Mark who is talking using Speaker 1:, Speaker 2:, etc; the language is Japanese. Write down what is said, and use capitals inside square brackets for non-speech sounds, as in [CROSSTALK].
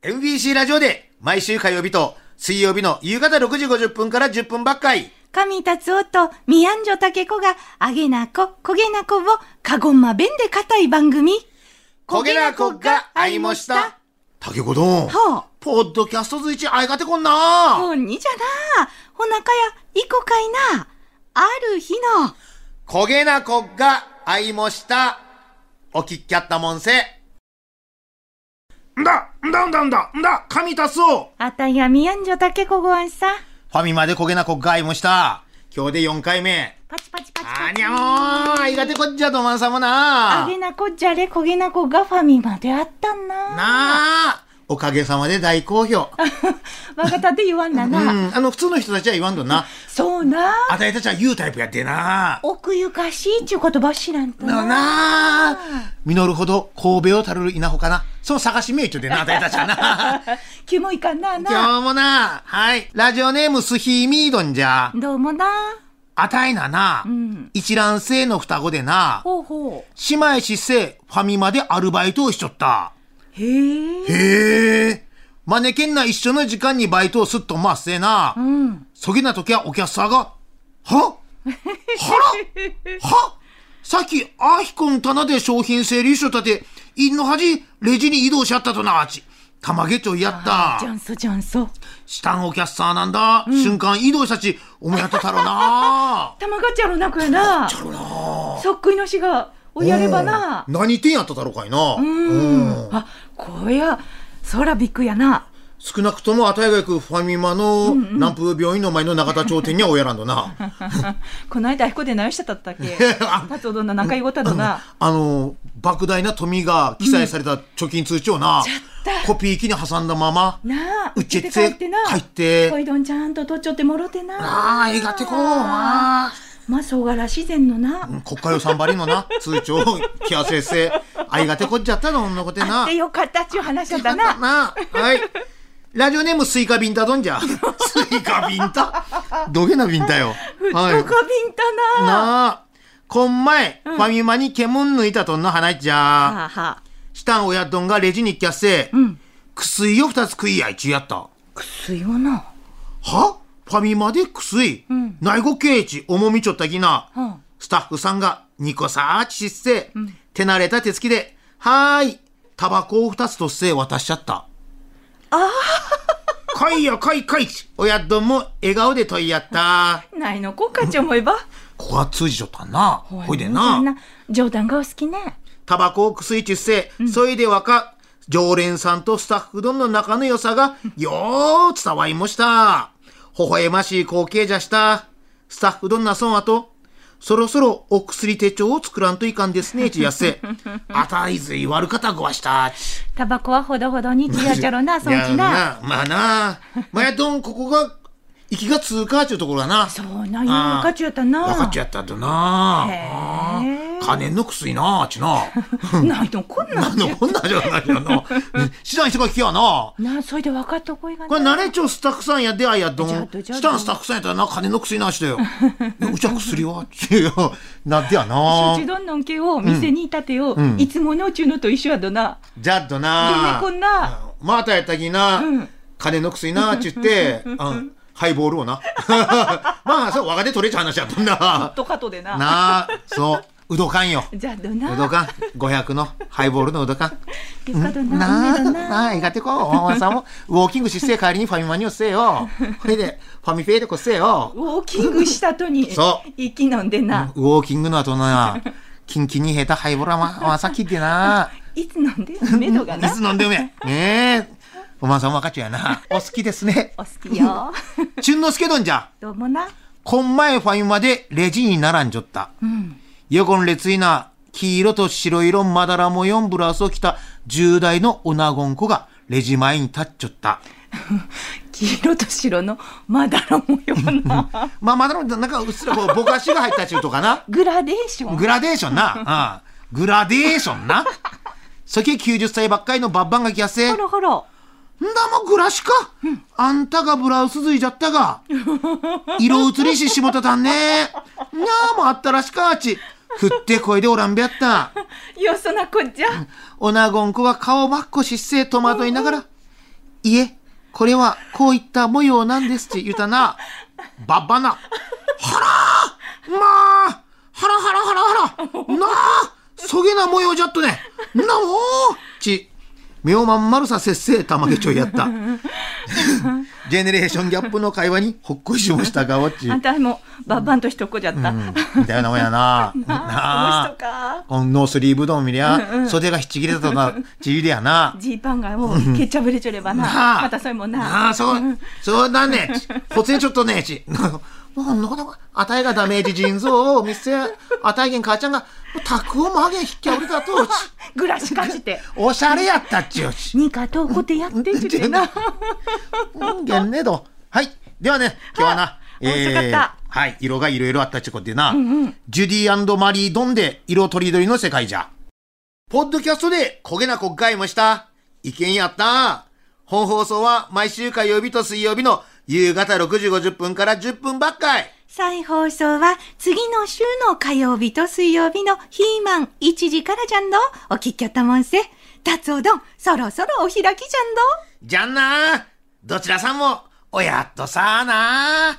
Speaker 1: MBC ラジオで毎週火曜日と水曜日の夕方6時50分から10分ばっかり。
Speaker 2: 神達夫とミヤンジョタケコが、あげなこ、こげなこを、かごんま弁で固い番組。
Speaker 1: 焦げなこが会いました。竹子どん。
Speaker 2: ほ
Speaker 1: ポッドキャストずいち会いがてこんな
Speaker 2: う、ほんにじゃな。ほなかや、いこかいな。ある日の、
Speaker 1: 焦げなこが会いました。お聞きやったもんせ。んだ、んだんだんだ、んだ、神達夫。
Speaker 2: あたやミヤンジョタケコごわんさ。
Speaker 1: ファミマで焦げなこが会いました。今日で4回目。
Speaker 2: パチパチパチパチ。
Speaker 1: あにゃもー、会いがてこっじゃとまんさもな。
Speaker 2: あげなこじゃれこげなこがファミまであったんな。
Speaker 1: なあ、おかげさまで大好評。
Speaker 2: [LAUGHS] わがたで言わんな
Speaker 1: う
Speaker 2: な。
Speaker 1: ん、あの、普通の人たちは言わんとな。
Speaker 2: そうな。
Speaker 1: あたいたちは言うタイプやってな。
Speaker 2: 奥ゆかしいっちゅう言葉知らんと
Speaker 1: ななあ、実るほど神戸をたるる稲穂かな。その探し名著でな、あたいたちは [LAUGHS] な。
Speaker 2: キモいかんなな。
Speaker 1: 今日もな、はい。ラジオネームスヒーミードンじゃ。
Speaker 2: どうもな。
Speaker 1: あたいなな、
Speaker 2: ん
Speaker 1: 一卵性の双子でな、
Speaker 2: ほうほう。
Speaker 1: 姉妹しせファミマでアルバイトをしちょった。
Speaker 2: へえ。
Speaker 1: へえ。マネケンな一緒の時間にバイトをすっとまっせな。
Speaker 2: うん。
Speaker 1: そげな時はお客さんが、ははらはさっき、アヒコン棚で商品整理しとったて、いの端、レジに移動しちゃったとなあち。たまげちょいやった
Speaker 2: ジ。ャンソジャンソ。。
Speaker 1: 下のお客さんなんだ。瞬間移動したち、おもやったたろな
Speaker 2: たまがっちゃろなくやな。
Speaker 1: たろな。
Speaker 2: そっくいのしが、お [LAUGHS] やればな
Speaker 1: う。ん。何点やっただろうかいな。
Speaker 2: うん
Speaker 1: う。ん
Speaker 2: あ、こりゃ、そらびっくやな。
Speaker 1: 少なくとも、あたいが行くファミマの南風病院の前の中田町店にはおやらんどな。
Speaker 2: こないだあひこで直したたったっけ
Speaker 1: あ。
Speaker 2: 達夫どんな仲良いごたどな。
Speaker 1: あの、莫大な富が記載された貯金通帳な、
Speaker 2: った
Speaker 1: コピー機に挟んだまま、
Speaker 2: なあ、
Speaker 1: うちへ
Speaker 2: 出
Speaker 1: つえ
Speaker 2: 帰な。
Speaker 1: 帰って
Speaker 2: こいどんちゃんととっちょってもろてな。
Speaker 1: ああ、えがてこうな。
Speaker 2: まあ、そうがら自然のな。
Speaker 1: 国会予算ばりのな、通帳、木屋先生、あいがてこっちゃったの、女子て
Speaker 2: あ
Speaker 1: な。
Speaker 2: ってよかったっちゅう話だったな。
Speaker 1: なあはい。ラジオネームスイカビンタどんじ
Speaker 2: [LAUGHS]
Speaker 1: ゃ。スイカビンタどげなビンタよ。
Speaker 2: ふっとか
Speaker 1: はい
Speaker 2: びんたな。
Speaker 1: なあ。こん前、
Speaker 2: うん
Speaker 1: ファミマに煙抜いたとんの花じゃ。
Speaker 2: はあはあ。
Speaker 1: したん親どんがレジに来やっせ、
Speaker 2: うん。
Speaker 1: 薬を二つ食いやいちゅうやった。
Speaker 2: くすよな。
Speaker 1: はファミマで薬、
Speaker 2: うん
Speaker 1: ないごけいち重みちょったぎな、
Speaker 2: は
Speaker 1: スタッフさんがニコさーちしっせ、手慣れた手つきで、はーい、タバコを二つとっせ渡しちゃった。あかいやかいかいち、親どんも笑顔で問いやった。
Speaker 2: あ。ないのこっかっち思えば。
Speaker 1: ここは通じちょったな。ほいでな、。
Speaker 2: 冗談がお好きね。
Speaker 1: タバコを薬ちゅっせ、そいでわか、常連さんとスタッフどんの仲の良さが、よー伝わりました。微笑ましい光景じゃした。スタッフどんなそんあと、そろそろお薬手帳を作らんといかんですね、ちやっ
Speaker 2: [LAUGHS]
Speaker 1: せ。あたいずい悪かたごわした。ち
Speaker 2: タバコはほどほどにちやちゃろな、そんちな。。
Speaker 1: まあな。まあやどん、ここが、息が通過ちゅうところだな。
Speaker 2: そうな、今分かっちゅうやったな。
Speaker 1: 分かっちゃったとな。
Speaker 2: へー
Speaker 1: あー金の薬な、ちな。
Speaker 2: ないのこんなん
Speaker 1: あの、こんなんじゃないよな。知らん人が聞きやな。
Speaker 2: なあ、それで分かっとこいがな
Speaker 1: これ、慣れちょスタッフさんやであやどん。
Speaker 2: じゃあどじゃあ
Speaker 1: したらスタッフさんやったらな、金の薬な
Speaker 2: [LAUGHS]
Speaker 1: してよ。うちは薬はっていうなってやな
Speaker 2: 処。置どんのんけを店にいたてを、いつものうちゅうのと一緒やどな。
Speaker 1: じゃっと
Speaker 2: ど
Speaker 1: な
Speaker 2: ね。こんな。
Speaker 1: またやったきな、
Speaker 2: うん
Speaker 1: 金の薬なって言
Speaker 2: [LAUGHS]
Speaker 1: って、うんハイボールをな。 [LAUGHS] まあ、そう、若手取れちゃう話やったん
Speaker 2: [LAUGHS]
Speaker 1: だ。
Speaker 2: とかとでな。
Speaker 1: なあ、そう、うどかんよ。
Speaker 2: じゃあど
Speaker 1: う
Speaker 2: な。
Speaker 1: どかん、500のハイボールのうどかん。
Speaker 2: よかどな。
Speaker 1: なあ、
Speaker 2: 梅だ
Speaker 1: なあ、えがてこ、おまさんも、ウォーキングしせえ代わりにファミマにをせえよ。それで、ファミペイでこせえよ。
Speaker 2: ウォーキングしたとに、
Speaker 1: そ
Speaker 2: 息飲んでな。
Speaker 1: ウォーキングの後な、キンキンに下手ハイボラマ、まさきってな。
Speaker 2: いつ飲んでんめどが
Speaker 1: い
Speaker 2: な。
Speaker 1: つ飲んでめ。ねえ。おまさんも分かっちゃうやな。お好きですね。
Speaker 2: お好きよ。 [LAUGHS]
Speaker 1: ちゅんのすけどんじゃ。
Speaker 2: どうもな。
Speaker 1: こん前ファミマでレジにならんじょった。
Speaker 2: うん。
Speaker 1: 横の列いな、黄色と白色まだら模様ブラウスを着た10代の女ゴン子がレジ前に立っちょった。
Speaker 2: 黄色と白のまだら模様な。
Speaker 1: まあ、まだら、なんかうっすらこう、ぼかしが入ったちゅうとかな。
Speaker 2: グラデーション。
Speaker 1: グラデーションな。うん。グラデーションな。そけ90歳ばっかりのバッバンが来やせ。ん
Speaker 2: ほ
Speaker 1: だ
Speaker 2: ろほろ。
Speaker 1: もグラシか。あんたがブラウスずいじゃったが。色移りししもたたんね。にゃーもあったらしかあち。振って声でおらんべやった。
Speaker 2: よそなこっちゃ。
Speaker 1: おなごんこは顔ばっこしっせえ戸惑いながら。いえ、これはこういった模様なんですって言うたな。ばばな。はらーまあはらはらはらはらなあそげな模様じゃっとねなおーち、みょうまんまるさせっせいたまげちょいやった。ジェネレーションギャップの会話にほっこりしましたがわっち。
Speaker 2: あんたもバッバンとし [LAUGHS] とこじゃった。
Speaker 1: みたいなもんや [LAUGHS] な。
Speaker 2: あ、この
Speaker 1: な
Speaker 2: 人か。
Speaker 1: このノースリーブドン見りゃ、袖がひっちぎれたとか、ちゆりやな。
Speaker 2: ジーパンがもうケチャブれちょればな。
Speaker 1: なあ
Speaker 2: またそれもな。
Speaker 1: なあ、そう、そうだね。ほつれちょっとね、ち。もう、なかなか、あたいがダメージ腎臓を見
Speaker 2: [LAUGHS]
Speaker 1: せや、あたいげん母ちゃんが、もうたくをまげん引きゃおりだと、ち
Speaker 2: グラシかして。 [LAUGHS]
Speaker 1: おしゃれやったっちよ、ち。
Speaker 2: にかとこてやってちゅってな。
Speaker 1: うん、げんねど。はい。ではね、今日はな、
Speaker 2: 面白かった
Speaker 1: はい、色がいろいろあったっちゅうことでな、ジュディマリー・ドンで、色とりどりの世界じゃ。ポッドキャストで焦げな国会もした。意見やった。本放送は毎週火曜日と水曜日の夕方6時50分から10分ばっかい。
Speaker 2: 再放送は次の週の火曜日と水曜日のヒーマン1時からじゃんど。お聞きやったもんせ。達おどん、そろそろお開きじゃんど。
Speaker 1: じゃんなどちらさんも、おやっとさあな